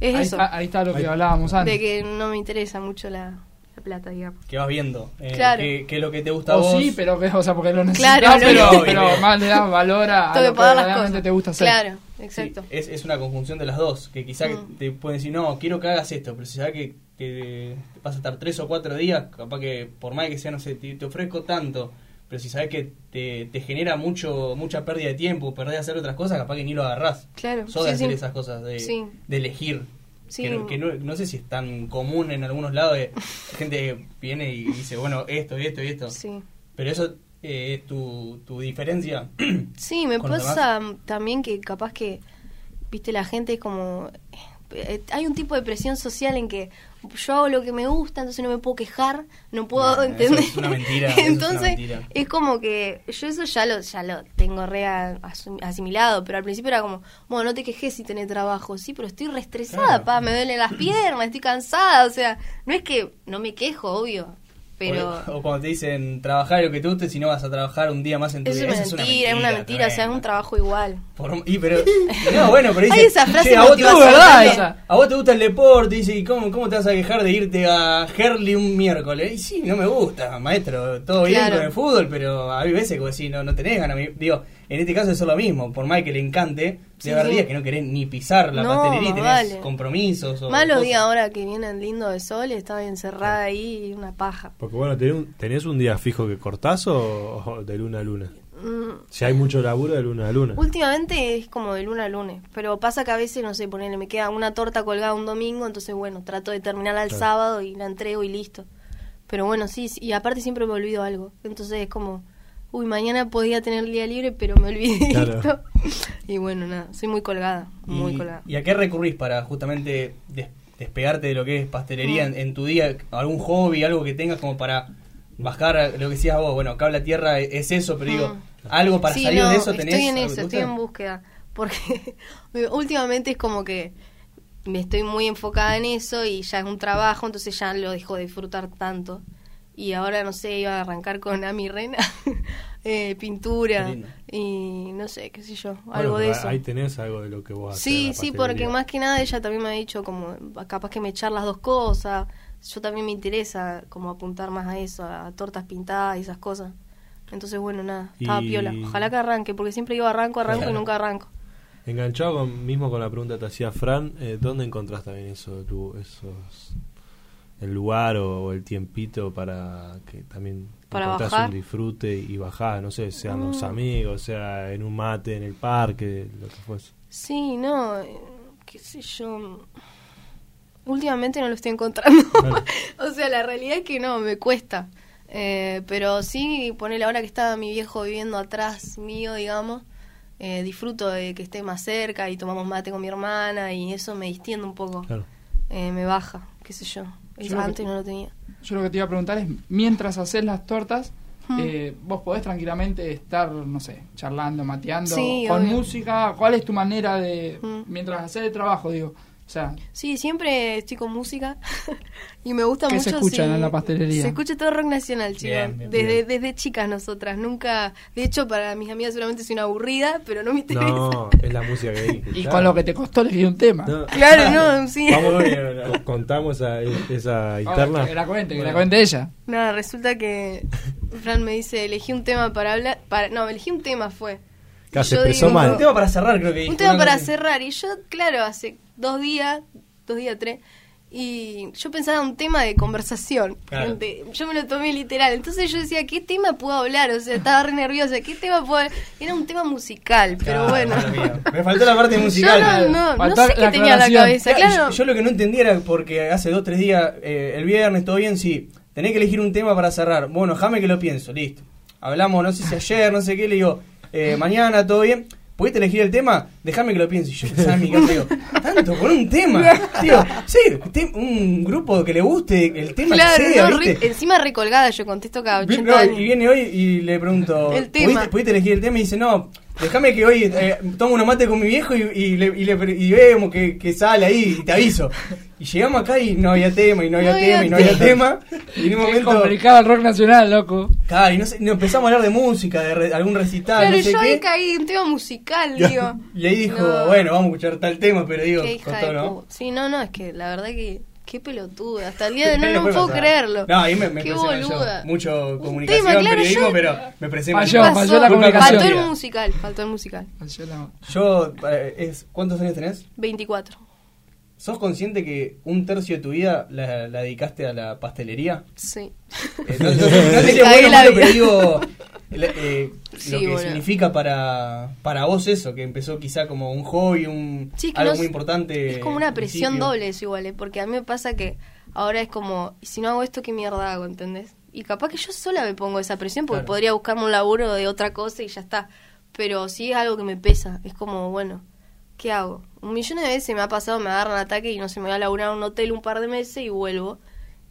Speaker 2: Es
Speaker 4: ahí,
Speaker 2: eso.
Speaker 4: Está, ahí está lo que
Speaker 3: Ahí-
Speaker 4: hablábamos antes.
Speaker 2: De que no me interesa mucho la, la plata, digamos.
Speaker 1: Que vas viendo. eh,
Speaker 2: Claro.
Speaker 1: qué- qué es lo que te gusta a
Speaker 4: O
Speaker 1: vos.
Speaker 4: sí, pero que, o sea, porque lo necesitas,
Speaker 2: Claro, lo
Speaker 4: pero,
Speaker 1: necesito.
Speaker 4: pero más le das valor a, a
Speaker 2: tengo
Speaker 4: lo
Speaker 2: que
Speaker 4: que
Speaker 2: pagar las
Speaker 4: realmente
Speaker 2: cosas.
Speaker 4: te gusta hacer.
Speaker 2: Claro,
Speaker 1: Sí,
Speaker 2: exacto.
Speaker 1: es, es una conjunción de las dos. Que quizá que
Speaker 2: Mm.
Speaker 1: te pueden decir, no, quiero que hagas esto, pero si sabes que, que vas a estar tres o cuatro días, capaz que por más que sea, no sé, te, te ofrezco tanto. Pero si sabes que te, te genera mucho mucha pérdida de tiempo, perdés de hacer otras cosas, capaz que ni lo agarrás.
Speaker 2: Claro,
Speaker 1: Sos de
Speaker 2: sí,
Speaker 1: hacer
Speaker 2: sí.
Speaker 1: esas cosas, de,
Speaker 2: Sí.
Speaker 1: de elegir.
Speaker 2: Sí.
Speaker 1: Que, no, que no, no sé si es tan común en algunos lados. De, gente que viene y dice, bueno, esto, y esto y esto.
Speaker 2: Sí.
Speaker 1: Pero eso eh, es tu, tu diferencia.
Speaker 2: Sí, me
Speaker 1: ¿Con los
Speaker 2: pasa mm, también que capaz que, viste, la gente es como... eh, Hay un tipo de presión social en que yo hago lo que me gusta, entonces no me puedo quejar, no puedo
Speaker 1: Nah, eso
Speaker 2: entender.
Speaker 1: es una mentira, eso es una
Speaker 2: entonces
Speaker 1: mentira.
Speaker 2: es como que yo eso ya lo ya lo tengo re a- asum- asimilado, pero al principio era como, bueno, no te quejes si tenés trabajo, sí, pero estoy re estresada,
Speaker 1: Claro.
Speaker 2: pa, me duelen las piernas, estoy cansada, o sea, no es que no me quejo, obvio, pero...
Speaker 1: O, o cuando te dicen trabajar lo que te guste, si no vas a trabajar un día más en tu
Speaker 2: Eso
Speaker 1: vida.
Speaker 2: es una
Speaker 1: Esa
Speaker 2: mentira, es una mentira, o sea, es un
Speaker 1: tremenda.
Speaker 2: trabajo igual.
Speaker 1: Por un- y pero, no, bueno, pero
Speaker 2: Hay
Speaker 1: dice,
Speaker 2: esa frase
Speaker 1: "Che, a, vos te,
Speaker 2: motivacional
Speaker 4: verdad
Speaker 2: también.
Speaker 4: esa.
Speaker 1: a vos te gusta el deporte, dice, ¿y cómo, cómo te vas a quejar de irte a Herli un miércoles? Y sí, no me gusta, maestro, todo bien
Speaker 2: Claro.
Speaker 1: con el fútbol, pero hay veces que vos decís, no, no tenés ganas. Mi- Digo, en este caso eso es lo mismo, por más que le encante,
Speaker 2: Sí,
Speaker 1: de haber
Speaker 2: sí.
Speaker 1: días que no querés ni pisar la
Speaker 2: No,
Speaker 1: pastelería, y
Speaker 2: más
Speaker 1: tenés
Speaker 2: vale.
Speaker 1: compromisos. O
Speaker 2: Más los
Speaker 1: cosas.
Speaker 2: días ahora que vienen lindo de sol, estaba encerrada ahí una paja.
Speaker 3: Porque bueno, ¿tenés un, tenés un día fijo que cortás o, o de luna a luna?
Speaker 2: Mm,
Speaker 3: Si hay mucho laburo, de luna a luna.
Speaker 2: Últimamente es como de luna a lunes, pero pasa que a veces, no sé, ponele, me queda una torta colgada un domingo, entonces bueno, trato de terminarla el
Speaker 3: Claro.
Speaker 2: sábado y la entrego y listo. Pero bueno, sí, sí, y aparte siempre me olvido algo, entonces es como, uy, mañana podía tener día libre, pero me olvidé y
Speaker 3: Claro.
Speaker 2: listo. Y bueno, nada, soy muy colgada, muy
Speaker 1: ¿Y,
Speaker 2: colgada.
Speaker 1: y a qué recurrís para justamente des- despegarte de lo que es pastelería en, en tu día? ¿Algún hobby, algo que tengas como para bajar a lo que decías vos? Bueno, Cabla Tierra e- es eso, pero digo, algo para
Speaker 2: Ah. Sí,
Speaker 1: salir
Speaker 2: no,
Speaker 1: de eso tenés.
Speaker 2: Estoy en
Speaker 1: ¿Algo que
Speaker 2: eso,
Speaker 1: te
Speaker 2: estoy
Speaker 1: gusta?
Speaker 2: en búsqueda. Porque últimamente es como que me estoy muy enfocada en eso y ya es un trabajo, entonces ya lo dejo de disfrutar tanto. Y ahora, no sé, iba a arrancar con Ami Rena, eh, pintura
Speaker 1: Qué lindo.
Speaker 2: y no sé, qué sé yo,
Speaker 3: Bueno,
Speaker 2: algo de
Speaker 3: pero
Speaker 2: eso.
Speaker 3: Ahí tenés algo de lo que vos haces.
Speaker 2: Sí,
Speaker 3: la
Speaker 2: sí,
Speaker 3: pastelería.
Speaker 2: porque más que nada ella también me ha dicho como capaz que me echar las dos cosas. Yo también me interesa como apuntar más a eso, a tortas pintadas y esas cosas. Entonces, bueno, nada, estaba
Speaker 3: Y-
Speaker 2: piola. Ojalá que arranque, porque siempre digo arranco, arranco
Speaker 1: Claro.
Speaker 2: y nunca arranco.
Speaker 3: Enganchado con- mismo con la pregunta que te hacía Fran, eh, ¿dónde encontrás también eso, lu- esos, el lugar o, o el tiempito para que también
Speaker 2: Para
Speaker 3: encontrás
Speaker 2: bajar? Mm.
Speaker 3: un disfrute y bajar? No sé, sean los amigos, sea en un mate, en el parque, lo que fuese.
Speaker 2: Sí, no, eh, qué sé yo. mm, Últimamente no lo estoy encontrando.
Speaker 3: Claro.
Speaker 2: o sea, la realidad es que no, me cuesta. Eh, pero sí, ponele ahora que estaba mi viejo viviendo atrás mío, digamos, eh, disfruto de que esté más cerca y tomamos mate con mi hermana y eso me distiende un poco.
Speaker 3: Claro.
Speaker 2: Eh, me baja, qué sé yo. Eso
Speaker 4: creo que-
Speaker 2: antes no lo tenía.
Speaker 4: Yo lo que te iba a preguntar es, mientras haces las tortas,
Speaker 2: Mm.
Speaker 4: eh, vos podés tranquilamente estar, no sé, charlando, mateando,
Speaker 2: Sí,
Speaker 4: con
Speaker 2: obvio.
Speaker 4: música. ¿Cuál es tu manera de,
Speaker 2: Mm.
Speaker 4: mientras haces el trabajo, digo, O sea,
Speaker 2: Sí, siempre estoy con música y me gusta
Speaker 4: ¿Qué
Speaker 2: mucho.
Speaker 4: se escucha
Speaker 2: sí.
Speaker 4: en la pastelería?
Speaker 2: Se escucha todo rock nacional, chicos.
Speaker 1: Bien, bien,
Speaker 2: desde,
Speaker 1: bien.
Speaker 2: desde chicas nosotras, nunca. De hecho, para mis amigas solamente soy una aburrida, pero no me interesa.
Speaker 3: No,
Speaker 1: eh,
Speaker 3: es la música que hay que
Speaker 4: y
Speaker 3: escuchar.
Speaker 4: con lo que te costó elegir un tema.
Speaker 3: No,
Speaker 2: Claro, no, sí.
Speaker 3: Vamos, eh, co- contamos esa, esa
Speaker 4: Ah,
Speaker 3: interna.
Speaker 4: que la cuente, que la
Speaker 1: Bueno.
Speaker 4: cuente ella.
Speaker 2: Nada, resulta que Fran me dice, elegí un tema para hablar. Para... No, elegí un tema fue.
Speaker 3: Claro, se
Speaker 2: Yo
Speaker 3: expresó
Speaker 2: digo-
Speaker 3: mal.
Speaker 1: Un Ah, tema para cerrar, creo que dijo,
Speaker 2: Un tema
Speaker 1: ¿no?
Speaker 2: para
Speaker 1: Sí.
Speaker 2: cerrar. Y yo, claro, hace dos días, dos días, tres, y yo pensaba un tema de conversación.
Speaker 1: Claro.
Speaker 2: Gente, Yo me lo tomé literal. Entonces yo decía, ¿qué tema puedo hablar? O sea, estaba re nerviosa. ¿Qué tema puedo hablar? Era un tema musical, pero
Speaker 1: Claro,
Speaker 2: bueno.
Speaker 1: Dios mío. Me faltó la parte musical.
Speaker 2: yo no, no, no
Speaker 4: Faltó
Speaker 2: sé qué
Speaker 4: la
Speaker 2: tenía en la
Speaker 4: aclaración.
Speaker 2: cabeza.
Speaker 1: Claro, y
Speaker 2: Claro,
Speaker 1: Yo, yo lo que no entendía era porque hace dos, tres días, eh, el viernes, todo bien, sí. Tenés que elegir un tema para cerrar. Bueno, déjame que lo pienso, listo. Hablamos, no sé si ayer, no sé qué, le digo, eh, mañana, todo bien. ¿Pudiste elegir el tema? Déjame que lo piense. Y yo pensaba en mi casa, digo, tanto con un tema. Tío, sí, te- un grupo que le guste el tema
Speaker 2: claro,
Speaker 1: que sea,
Speaker 2: no, re-
Speaker 1: ¿viste?
Speaker 2: encima recolgada, yo contesto cada 80
Speaker 1: No,
Speaker 2: años.
Speaker 1: y viene hoy y le pregunto,
Speaker 2: El tema.
Speaker 1: ¿pudiste, pudiste elegir el tema? Y dice, no, déjame que hoy eh, tomo una mate con mi viejo y, y le, y le pre- y vemos que, que sale ahí y te aviso. Y llegamos acá y no había tema, y no había
Speaker 2: No
Speaker 1: tema, y no
Speaker 2: había
Speaker 1: había tema. Y en un
Speaker 4: Es
Speaker 1: momento,
Speaker 4: complicado el rock nacional, loco.
Speaker 1: claro, y no sé, y empezamos a hablar de música, de re- algún recital,
Speaker 2: Claro,
Speaker 1: no sé
Speaker 2: yo ahí
Speaker 1: qué.
Speaker 2: caí en tema musical, digo.
Speaker 1: Y ahí dijo,
Speaker 2: No.
Speaker 1: bueno, vamos a escuchar tal tema, pero digo,
Speaker 2: Qué hija
Speaker 1: costó,
Speaker 2: de
Speaker 1: ¿no?
Speaker 2: puta. Sí, no, no, es que la verdad que. Qué pelotuda. Hasta el día de hoy
Speaker 1: Pero
Speaker 2: no, no
Speaker 1: después
Speaker 2: puedo
Speaker 1: pasaba.
Speaker 2: creerlo.
Speaker 1: No, ahí me, me
Speaker 2: Qué
Speaker 1: expresé mal yo.
Speaker 2: boluda.
Speaker 1: Mucho
Speaker 2: Un
Speaker 1: comunicación,
Speaker 2: tema, claro,
Speaker 1: periodismo,
Speaker 2: yo-
Speaker 1: pero me expresé mal.
Speaker 4: Falló, falló la
Speaker 1: Culpa
Speaker 4: comunicación.
Speaker 2: Faltó el
Speaker 1: casualidad.
Speaker 2: musical, faltó el musical.
Speaker 4: Yo la-
Speaker 1: Yo, eh, es, ¿cuántos años tenés?
Speaker 2: 24.
Speaker 1: ¿Sos consciente que un tercio de tu vida la, la dedicaste a la pastelería?
Speaker 2: Sí.
Speaker 1: Eh, no, no- no sé si
Speaker 2: Cagué
Speaker 1: es bueno o
Speaker 2: la
Speaker 1: malo, pero
Speaker 2: vida.
Speaker 1: digo el- eh,
Speaker 2: Sí,
Speaker 1: lo que
Speaker 2: boludo.
Speaker 1: significa para, para vos eso, que empezó quizá como un hobby, un,
Speaker 2: Sí, que
Speaker 1: algo
Speaker 2: no es-
Speaker 1: muy importante.
Speaker 2: Es como una
Speaker 1: al
Speaker 2: presión
Speaker 1: Eh, principio.
Speaker 2: doble eso igual, ¿eh? porque a mí me pasa que ahora es como, "Y si no hago esto, ¿qué mierda hago? ¿Entendés? Y capaz que yo sola me pongo esa presión porque
Speaker 1: Claro.
Speaker 2: podría buscarme un laburo de otra cosa y ya está. Pero sí es algo que me pesa. Es como, bueno, ¿qué hago? Un millón de veces me ha pasado, me agarran ataque y no se me va a laburar a un hotel un par de meses y vuelvo.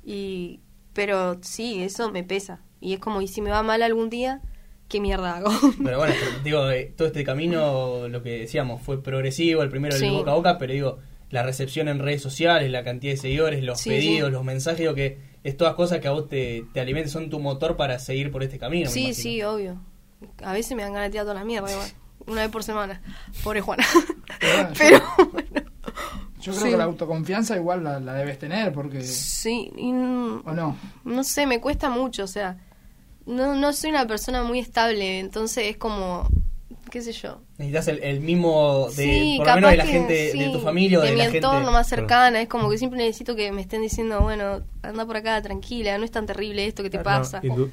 Speaker 2: Y pero sí, eso me pesa. Y es como, ¿y si me va mal algún día? ¿Qué mierda hago?
Speaker 1: Pero bueno, pero digo, eh, todo este camino, lo que decíamos, fue progresivo, el primero
Speaker 2: Sí.
Speaker 1: el boca a boca, pero digo, la recepción en redes sociales, la cantidad de seguidores, los
Speaker 2: Sí,
Speaker 1: pedidos,
Speaker 2: sí.
Speaker 1: los mensajes, digo que es todas cosas que a vos te, te alimentan, son tu motor para seguir por este camino. me
Speaker 2: Sí,
Speaker 1: imagino.
Speaker 2: sí, obvio. A veces me dan ganas de tirar toda la mierda, igual. Una vez por semana. Pobre Juana.
Speaker 1: Ah,
Speaker 4: Pero,
Speaker 2: Pero bueno.
Speaker 4: Yo creo
Speaker 2: Sí.
Speaker 4: que la autoconfianza igual la, la debes tener, porque.
Speaker 2: Sí, y n-
Speaker 4: ¿O no?
Speaker 2: no sé, me cuesta mucho, o sea. No, no soy una persona muy estable, entonces es como. ¿Qué sé yo?
Speaker 1: Necesitas el, el mimo de,
Speaker 2: sí,
Speaker 1: por lo menos de la
Speaker 2: que
Speaker 1: gente, de
Speaker 2: sí,
Speaker 1: tu familia o de,
Speaker 2: mi
Speaker 1: la
Speaker 2: entorno
Speaker 1: gente.
Speaker 2: más cercana. Es como que siempre necesito que me estén diciendo, bueno, anda por acá tranquila, no es tan terrible
Speaker 1: Ah,
Speaker 2: esto que te
Speaker 3: No,
Speaker 2: pasa.
Speaker 3: indu-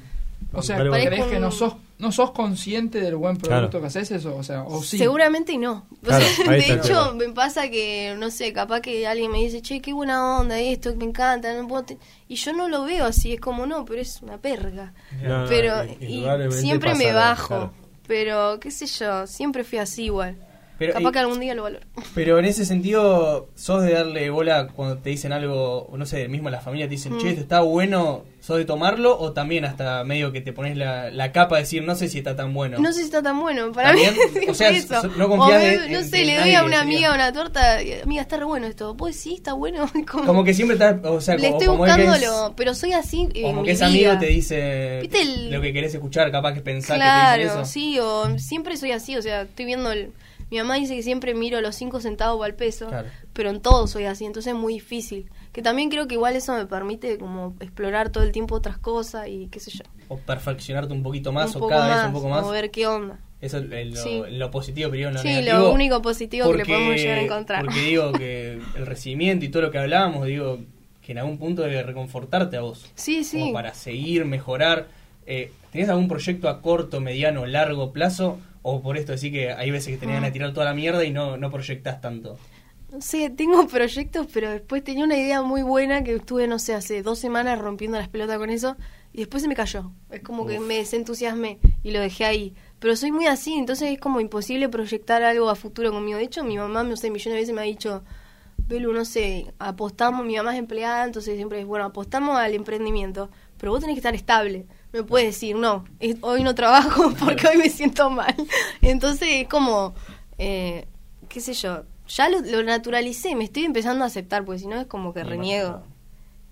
Speaker 4: O sea,
Speaker 3: Dale,
Speaker 2: parece-
Speaker 3: vos.
Speaker 4: ¿crees que no sos, no sos consciente del buen producto
Speaker 3: Claro.
Speaker 4: que haces eso? O sea, o sí.
Speaker 2: Seguramente no. O
Speaker 3: Claro,
Speaker 2: sea,
Speaker 3: ahí
Speaker 2: de
Speaker 3: está el
Speaker 2: hecho,
Speaker 3: tema.
Speaker 2: me pasa que, no sé, capaz que alguien me dice, che, qué buena onda esto, me encanta, no puedo te-". y yo no lo veo así, es como, no, pero es una perga.
Speaker 3: No, no,
Speaker 2: pero
Speaker 3: in-
Speaker 2: y
Speaker 3: Ah, indudablemente
Speaker 2: siempre me
Speaker 3: pasará,
Speaker 2: bajo,
Speaker 3: claro.
Speaker 2: pero qué sé yo, siempre fui así igual.
Speaker 1: Pero,
Speaker 2: capaz
Speaker 1: y-
Speaker 2: que algún día lo valoro.
Speaker 1: pero en ese sentido, sos de darle bola cuando te dicen algo, no sé, mismo la familia te dicen,
Speaker 2: Mm.
Speaker 1: che, esto está bueno, sos de tomarlo, o también hasta medio que te pones la, la capa de decir, no sé si está tan bueno.
Speaker 2: No sé si está tan bueno, para mí
Speaker 1: También,
Speaker 2: siempre
Speaker 1: o sea,
Speaker 2: eso.
Speaker 1: so- no confías
Speaker 2: O me-
Speaker 1: en-
Speaker 2: no
Speaker 1: en-
Speaker 2: sé,
Speaker 1: en
Speaker 2: le doy
Speaker 1: nadie
Speaker 2: a
Speaker 1: que
Speaker 2: una
Speaker 1: sería.
Speaker 2: amiga una torta, y, amiga, está re bueno esto. Pues sí, está bueno. Como-
Speaker 1: Como que siempre estás, o sea,
Speaker 2: le
Speaker 1: como,
Speaker 2: estoy
Speaker 1: como el
Speaker 2: buscando
Speaker 1: que es-
Speaker 2: lo- pero soy así en
Speaker 1: como
Speaker 2: mi
Speaker 1: que es
Speaker 2: vida.
Speaker 1: amigo te dice
Speaker 2: ¿Viste el-
Speaker 1: lo que querés escuchar, capaz que pensás que te dicen
Speaker 2: Claro,
Speaker 1: eso.
Speaker 2: sí, o siempre soy así, o sea, estoy viendo el- Mi mamá dice que siempre miro los 5 centavos al peso,
Speaker 1: Claro.
Speaker 2: pero en todo soy así, entonces es muy difícil. Que también creo que igual eso me permite como explorar todo el tiempo otras cosas y qué sé yo.
Speaker 1: O perfeccionarte un poquito más,
Speaker 2: un
Speaker 1: o
Speaker 2: poco
Speaker 1: cada
Speaker 2: más,
Speaker 1: vez un poco más.
Speaker 2: o ver qué onda.
Speaker 1: Eso es lo,
Speaker 2: Sí.
Speaker 1: lo positivo, pero digo, lo
Speaker 2: Sí,
Speaker 1: negativo.
Speaker 2: lo único positivo que le podemos llegar a encontrar.
Speaker 1: Porque digo que el recibimiento y todo lo que hablábamos, digo que en algún punto debe reconfortarte a vos.
Speaker 2: Sí, sí.
Speaker 1: Como para seguir, mejorar. Eh, ¿Tenés algún proyecto a corto, mediano o largo plazo? O por esto decir que hay veces que
Speaker 2: Ah.
Speaker 1: tenían ganas de tirar toda la mierda y no, no proyectás tanto.
Speaker 2: No sé, tengo proyectos, pero después tenía una idea muy buena que estuve, no sé, hace dos semanas rompiendo las pelotas con eso y después se me cayó. Es como que
Speaker 1: Uf.
Speaker 2: me desentusiasmé y lo dejé ahí. Pero soy muy así, entonces es como imposible proyectar algo a futuro conmigo. De hecho, mi mamá, no sé, millones de veces me ha dicho, Belu, no sé, apostamos, mi mamá es empleada, entonces siempre es, bueno, apostamos al emprendimiento, pero vos tenés que estar estable. No me puedes decir, no, es- hoy no trabajo porque hoy me siento mal. Entonces es como, eh, qué sé yo, ya lo, lo naturalicé, me estoy empezando a aceptar, porque si no es como que
Speaker 1: Me
Speaker 2: reniego.
Speaker 1: imagino.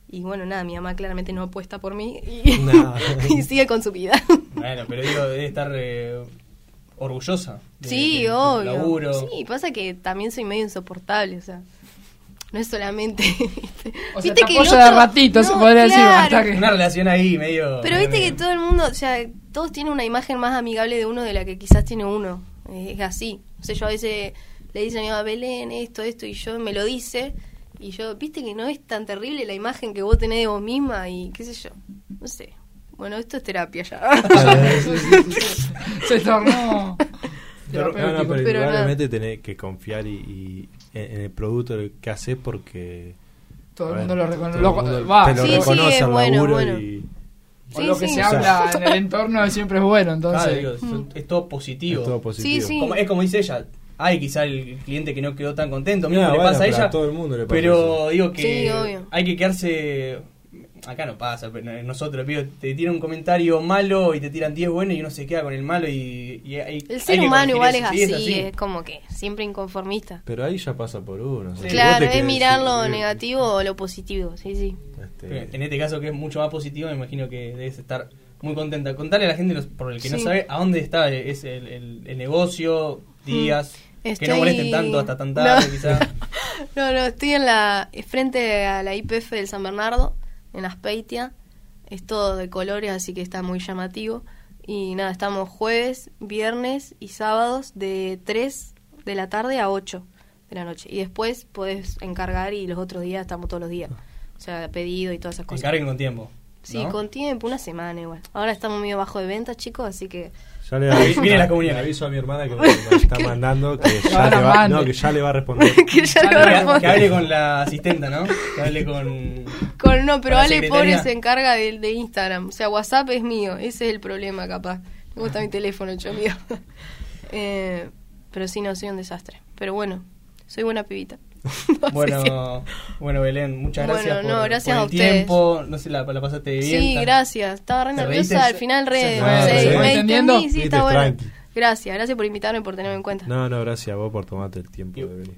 Speaker 2: Y bueno, nada, mi mamá claramente no apuesta por mí y,
Speaker 3: No.
Speaker 2: y sigue con su vida.
Speaker 1: Bueno, pero digo, debe estar eh, orgullosa. de- de
Speaker 2: sí,
Speaker 1: tu
Speaker 2: obvio.
Speaker 1: Laburo.
Speaker 2: Sí, pasa que también soy medio insoportable, o sea, no es solamente... ¿viste?
Speaker 4: O sea,
Speaker 2: Viste
Speaker 4: te
Speaker 2: que el
Speaker 4: apoyo de
Speaker 2: otro-
Speaker 4: ratito, se
Speaker 2: No,
Speaker 4: podría decir,
Speaker 2: claro.
Speaker 4: hasta que-
Speaker 1: Una relación ahí medio.
Speaker 2: Pero viste que
Speaker 1: medio-
Speaker 2: todo el mundo, o sea, todos tienen una imagen más amigable de uno de la que quizás tiene uno. Eh, Es así. O sea, yo a veces le dicen a mi mamá, Belén esto, esto, y yo me lo dice. Y yo, viste que no es tan terrible la imagen que vos tenés de vos misma y qué sé yo. No sé. Bueno, esto es terapia ya.
Speaker 4: Se tornó.
Speaker 1: Pero-
Speaker 3: No, no, pero,
Speaker 2: Pero nada.
Speaker 3: igualmente tenés que confiar y, y en, en el producto que haces porque
Speaker 4: Todo el
Speaker 3: a ver,
Speaker 4: mundo lo reconoce.
Speaker 3: todo el mundo
Speaker 4: Lo- Va,
Speaker 3: te lo
Speaker 2: Sí, sí,
Speaker 3: reconoce
Speaker 2: es
Speaker 3: al
Speaker 2: bueno,
Speaker 3: laburo
Speaker 2: bueno.
Speaker 3: y
Speaker 4: o
Speaker 2: Sí,
Speaker 4: lo que
Speaker 2: sí.
Speaker 4: se
Speaker 3: O sea-
Speaker 4: habla en el entorno siempre es bueno, entonces.
Speaker 1: Claro, digo, es, es todo positivo.
Speaker 3: es todo positivo.
Speaker 2: Sí, sí.
Speaker 1: Como- es como dice ella. Hay quizá el cliente que no quedó tan contento, mismo
Speaker 3: Ah,
Speaker 1: le
Speaker 3: bueno,
Speaker 1: pasa a
Speaker 3: pero
Speaker 1: ella.
Speaker 3: a todo el mundo le pasa
Speaker 1: Pero digo
Speaker 2: Sí,
Speaker 1: que
Speaker 2: obvio.
Speaker 1: hay que quedarse. Acá no pasa, pero nosotros, pido, te tiran un comentario malo y te tiran 10 buenos y uno se queda con el malo y, y hay- hay
Speaker 2: El ser
Speaker 1: que
Speaker 2: humano
Speaker 1: corregir
Speaker 2: igual es
Speaker 1: eso.
Speaker 2: así,
Speaker 1: Sí,
Speaker 2: es como que siempre inconformista.
Speaker 3: Pero ahí ya pasa por uno. o sea,
Speaker 1: Sí.
Speaker 3: vos
Speaker 2: Claro,
Speaker 3: te
Speaker 2: es
Speaker 3: querés-
Speaker 2: mirar lo
Speaker 3: eh,
Speaker 2: negativo o lo positivo, sí, sí.
Speaker 1: Pero
Speaker 3: este,
Speaker 1: En este caso que es mucho más positivo, me imagino que debes estar muy contenta. Contale a la gente, los- por el que no
Speaker 2: Sí.
Speaker 1: sabe, a dónde está es el, el- el negocio, días, que no
Speaker 2: Mm. Estoy-
Speaker 1: molesten tanto hasta tan
Speaker 2: No.
Speaker 1: tarde quizá.
Speaker 2: No, no, estoy en la frente a la IPF del San Bernardo, en Aspeitia. Es todo de colores, así que está muy llamativo. Y nada, estamos jueves, viernes y sábados de 3 de la tarde a 8 de la noche. Y después podés encargar y los otros días estamos todos los días. O sea, pedido y todas esas cosas.
Speaker 1: Encarguen con tiempo.
Speaker 2: Sí,
Speaker 1: ¿no?
Speaker 2: con tiempo, una semana igual. Ahora estamos medio bajo de ventas, chicos, así que...
Speaker 3: Ya le
Speaker 1: Ahí
Speaker 3: aviso,
Speaker 1: viene la
Speaker 3: le
Speaker 1: comunión.
Speaker 3: aviso a mi hermana que me me está mandando que ya,
Speaker 4: Ahora
Speaker 3: le va,
Speaker 4: mande.
Speaker 3: no, que ya le va a responder.
Speaker 2: que ya
Speaker 1: Que,
Speaker 2: lo
Speaker 1: ha-
Speaker 2: respondo.
Speaker 1: que hable con la asistenta, ¿no? Que hable con...
Speaker 2: Con no, pero
Speaker 1: Con la
Speaker 2: Ale
Speaker 1: secretaria.
Speaker 2: pobre se encarga de, de Instagram. O sea, WhatsApp es mío. Ese es el problema, capaz. Me gusta mi teléfono, yo mío. Eh, pero sí, no, soy un desastre. Pero bueno, soy buena pibita. No sé si-
Speaker 1: Bueno, bueno Belén, muchas
Speaker 2: Bueno,
Speaker 1: gracias por,
Speaker 2: no, gracias
Speaker 1: por
Speaker 2: a
Speaker 1: el
Speaker 2: ustedes.
Speaker 1: tiempo. No sé, la, la pasaste bien.
Speaker 2: Sí,
Speaker 1: tan-
Speaker 2: gracias. Estaba re
Speaker 1: ¿Te
Speaker 2: nerviosa.
Speaker 1: reíste?
Speaker 2: Al final
Speaker 1: Se
Speaker 2: re... sí,
Speaker 3: fue, se fue.
Speaker 2: me
Speaker 4: ¿Entendiendo?
Speaker 2: entendí, sí,
Speaker 3: Viste,
Speaker 2: está bueno.
Speaker 3: tranqui.
Speaker 2: Gracias, gracias por invitarme y por tenerme en cuenta. No,
Speaker 3: No, no, gracias a vos por tomarte el tiempo de venir.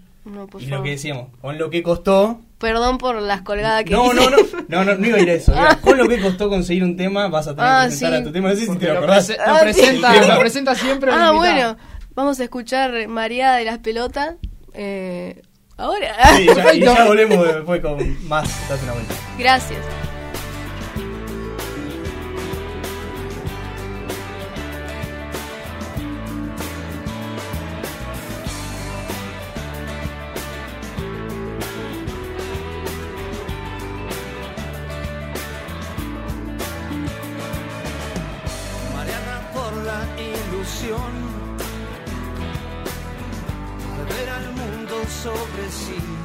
Speaker 2: por
Speaker 1: Y lo
Speaker 2: favor.
Speaker 1: que decíamos, con lo que costó...
Speaker 2: Perdón por las colgadas que
Speaker 1: No,
Speaker 2: hice.
Speaker 1: no, no, no, no, no iba a ir a eso. iba, con lo que costó conseguir un tema, vas a tener
Speaker 2: Ah,
Speaker 1: que presentar
Speaker 2: sí.
Speaker 1: a tu tema. No sé si
Speaker 4: Porque
Speaker 1: te lo
Speaker 4: lo,
Speaker 1: acordás.
Speaker 4: prese- lo
Speaker 2: Ah, sí.
Speaker 4: presenta,
Speaker 1: Sí.
Speaker 4: lo presenta siempre. el
Speaker 2: Ah,
Speaker 4: invitado.
Speaker 2: bueno, vamos a escuchar María de las Pelotas. eh, ahora.
Speaker 1: Sí, ya, y
Speaker 4: Perfecto.
Speaker 1: ya volvemos después con más. Date una vuelta.
Speaker 2: Gracias.
Speaker 5: mareada por la ilusión de ver al mundo sobre sí.